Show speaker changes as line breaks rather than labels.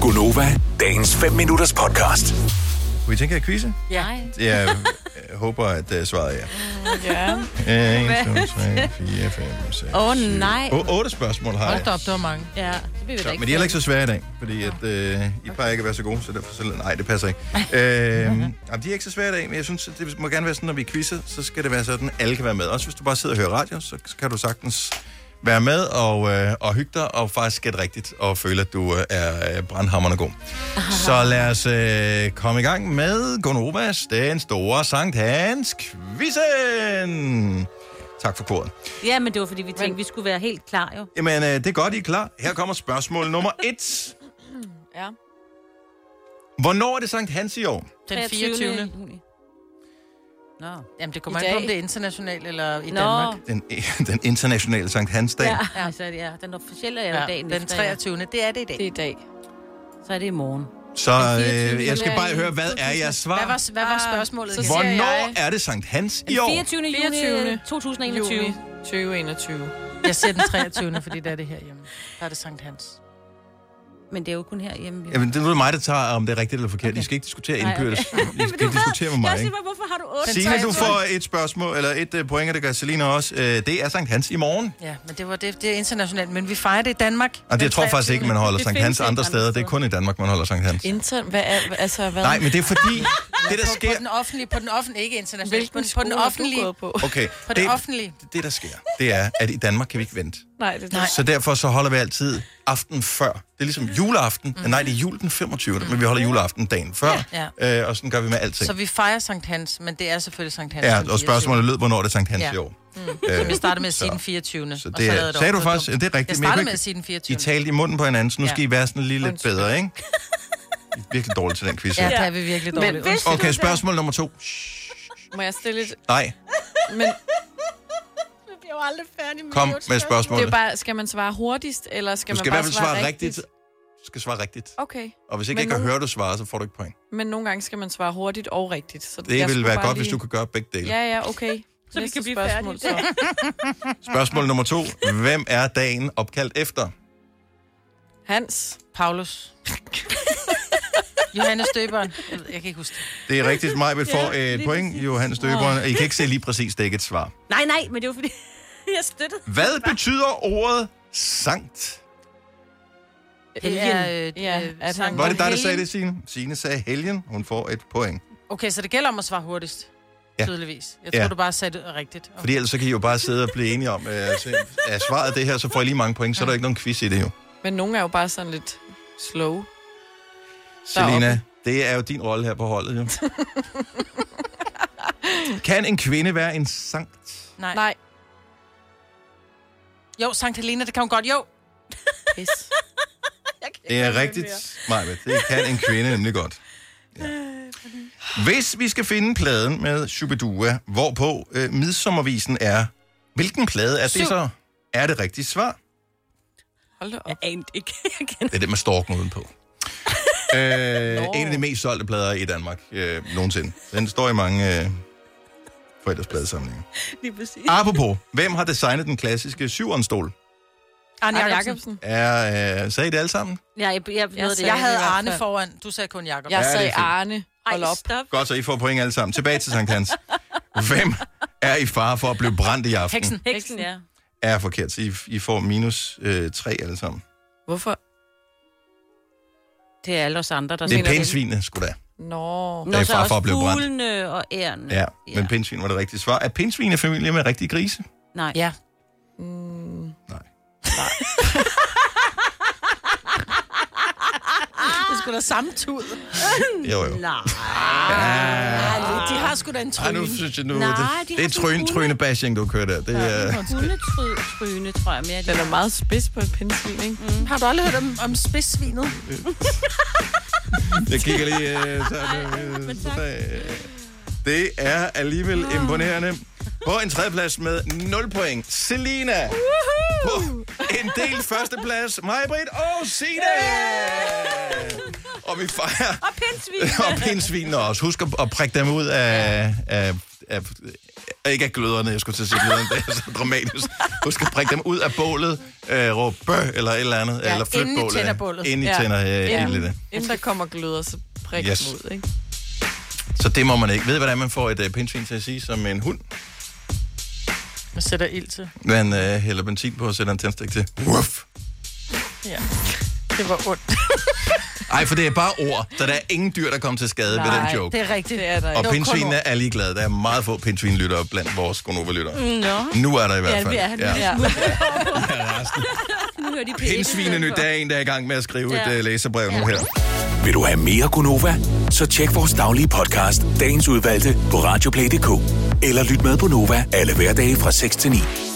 Gunova, dagens 5 minutters podcast.
Vi tænker at quizze?
Ja.
Jeg øh, håber, at øh, svaret er
Ja.
ja. 1, 2, 3, 4, 5, 6,
Åh, nej.
8 spørgsmål har jeg.
Hold da op, det var mange.
Ja, det bliver vi da
Så,
ikke.
men de er heller ikke så svære i dag, fordi at, øh, I plejer ikke at være så gode, så derfor så, nej, det passer ikke. Øh, jamen, de er ikke så svære i dag, men jeg synes, at det må gerne være sådan, når vi quizzer, så skal det være sådan, at alle kan være med. Også hvis du bare sidder og hører radio, så kan du sagtens være med og, øh, og hygge dig, og faktisk gætte rigtigt, og føle, at du øh, er øh, brandhammerende god. Så lad os øh, komme i gang med Gonovas, den store Sankt Hans quizzen. Tak for koden.
Ja, men det var fordi, vi tænkte, vi skulle være helt klar jo.
Jamen, øh, det er godt, I er klar. Her kommer spørgsmål nummer et.
Ja.
Hvornår er det Sankt Hans i år?
Den 24.
juni. Nå.
Jamen, det kommer
I
an på, om
dag.
det er internationalt eller i
Nå.
Danmark.
Den, den internationale Sankt Hans dag.
Ja,
Ja.
altså, ja, den officielle er jo
Ja,
dagen
den
efter,
23. Det er det i dag.
Det er i dag.
Ja. Så er det i morgen.
Så øh, jeg skal bare
i
høre, hvad er jeres svar?
Hvad var, hvad var spørgsmålet?
så
igen?
siger
Hvornår
jeg-
er det Sankt Hans
Den
i år?
24. juni
24.
2021.
Juni 2021.
Jeg siger den 23. fordi det er det her hjemme. Der er det Sankt Hans.
Men det er jo kun herhjemme. Jo.
Jamen, det er nu mig, der tager, om det er rigtigt eller forkert. Okay. I skal ikke diskutere indbyrdes. I skal ikke diskutere med mig. Ikke?
mig, hvorfor har du 8?
Signe, du får et spørgsmål, eller et øh, point, og det gør Selina også. Øh, det er Sankt Hans i morgen.
Ja, men det var det, det er internationalt. Men vi fejrer det i Danmark.
Og det,
Den
jeg tror faktisk
23..
ikke, man holder
Det
Sankt
findes
Hans
ikke
andre
andre
steder. Det er kun i Danmark, man holder Sankt Hans.
Intern, hvad er, hvad- altså, hvad?
Nej, men det er fordi, det der
På
sker...
den offentlige, på den offentlige, ikke internationalt.
hvilken
På, på
skole
den
har du
offentlige.
gået på?
Okay,
På det offentlige.
det, der sker, det er, at i Danmark kan vi ikke vente.
Nej, det er
Nej.
Så derfor så holder vi altid aften før. Det er ligesom juleaften. Mm. Nej, det er jul den 25. Mm. Men vi holder juleaften dagen før.
Mhm. Ja.
Ja. Øh, og sådan gør vi med alting.
Så vi fejrer Sankt Hans, men det er selvfølgelig Sankt Hans. den
ja, og
24..
spørgsmålet lød, hvornår er det Sankt Hans
Ja.
i år? Mm.
Jeg startede med at sige
Så-
den 24.
Så
og
det,
lavede
er,
jeg
sagde
om
du
på
faktisk,
dum.
ja, det er rigtigt.
Jeg
men
startede
kunne
med at
ikke-
sige den 24.
I talte i munden på hinanden, så nu
Ja.
skal I være sådan lige lidt bedre, ikke? I er virkelig dårligt til den quiz. her.
Ja, der er vi virkelig dårlige.
Men hvis-
Okay, spørgsmål nummer to.
Må jeg stille et...
Nej,
Men
kom med
det
spørgsmålet.
er bare, skal man svare hurtigst, eller skal
Du skal i
man
hvert
bare
fald svare rigtigt. Du skal svare rigtigt.
Okay,
Og hvis ikke
Men
jeg kan
nu-
høre, du svarer, så får du ikke point.
men nogle gange skal man svare hurtigt og rigtigt. Så
Det
jeg
ville
skulle
være
bare
godt,
lige...
hvis du kunne gøre begge dele.
Ja, ja, okay.
Så vi
Næste
kan blive
spørgsmål,
færdige.
så.
Spørgsmål nummer to. Hvem er dagen opkaldt efter?
Hans,
Paulus. Johannes Døberen. Jeg, ved- jeg kan ikke huske det.
Det er rigtigt, mig vil få et point, Johannes Døberen. I kan ikke se lige præcis, det er ikke et svar.
Nej, nej, men det var fordi, jeg støttede.
Hvad betyder ordet sankt?
Det er, øh,
ja,
øh,
at han
Sankt
Var det dig, der
Helgen.
sagde det, Signe? Signe sagde helgen. Hun får et point.
Okay, så det gælder om at svare hurtigst.
Ja.
Ja. Tydeligvis. Jeg
Ja.
tror, du bare sagde det rigtigt.
Fordi ellers så kan I jo bare sidde og blive enige om, øh, at er svaret det her, så får I lige mange point. Så er der ikke nogen quiz i det jo.
men nogle er jo bare sådan lidt slow.
Selina, det er jo din rolle her på holdet jo. Kan en kvinde være en sankt?
Nej. Nej.
Nej,
Jo, Sankt Helena, det kan hun godt. Jo.
pis.
Det er rigtigt, Maja. Det kan en kvinde nemlig godt. Ja. Hvis vi skal finde pladen med Shubidua, hvorpå øh, midsommervisen er, hvilken plade er det
Syv.
så? Er det rigtige svar?
Hold da op.
Amt ikke. Jeg kender.
Det er det med storken udenpå. øh, en af de mest solgte plader i Danmark øh, nogensinde. Den står i mange øh, forældrespladesamlinger.
Lige præcis.
Apropos, hvem har designet den klassiske syvåndstol?
Arne
Arne
Jacobsen.
Jacobsen.
Er, øh, sagde I det alle sammen?
Ja, jeg, jeg, jeg,
Jeg
det,
Jeg havde
Ja, det var
Arne
før.
foran. Du sagde kun Jakob.
Jeg
det er
sagde
fint.
Arne. Hold
Ej,
op.
stop.
Godt, så I får point alle sammen. Tilbage til Sankt Hans. Hvem er i fare for at blive brændt i aften?
Heksen.
Heksen, ja.
er forkert, så I, I får minus øh, 3 alle sammen.
Hvorfor?
Det er alle os andre, der
Det er
mener
pindsvinene, sgu da.
Nå.
Nå,
Det er
så
fra-
også
for at blive brændt.
fuglene og ærerne.
Ja, men pindsvin var det rigtige svar. Er pindsvin en familie med rigtige grise?
Nej.
Ja.
Nej.
Det skulle da samme tud.
Jo, jo.
Nej.
De har sgu da en
Ej, nu
tryne.
synes jeg nu,
Nej,
det,
de
det er
har sådan
tryn,
nogle-
tryne bashing, du kører der. Det er,
Hundetryne, tror jeg mere.
Den er meget spids på et pindsvin, ikke?
Har du aldrig hørt om, om spidsvinet?
jeg kigger lige øh, sådan, øh, sådan, øh. Det er alligevel imponerende. På en tredjeplads med 0 point. Selina. På en del førsteplads. Majbrit og Sina. Og vi fejrer
Og pindsvin.
og pindsvinene også. Husk at, at prikke dem ud af, af, af, Og ikke af gløderne, jeg skulle til at sige gløderne, det er så dramatisk. Husk at prikke dem ud af bålet, øh, råbe bø, eller et eller andet,
Ja,
eller flyt
inden i
bålet.
tænder bålet.
Inden i
Ja.
tænder, ja.
Ja.
Inden i det.
Inden der kommer gløder, så prik
Yes.
yes. ud, ikke?
Så det må man ikke. Ved I, hvordan man får et øh, pindsvin til at sige som en hund?
Man sætter ild til.
Man øh, hælder benzin på og sætter en tændstik til. Wuff.
Ja. Det var ondt.
Ej, for det er bare ord, så der er ingen dyr, der kommer til skade ved den joke.
det er rigtigt.
Det er der
Og
ikke.
kun
pindsvinene
ord.
er ligeglade. Der er meget få pindsvinlyttere blandt vores gonova-lyttere.
Nå.
Nu er der i hvert
Ja,
fald.
vi er nu.
Ja.
Ja.
Nu hører de P1 i stedet
Pindsvine nyt,
for.
der er en, der er i gang med at skrive
Ja.
et uh, læserbrev nu her.
Vil du have mere Gunova? Så tjek vores daglige podcast, dagens udvalgte, på radioplay.dk. Eller lyt med på Nova alle hverdage fra 6 til 9.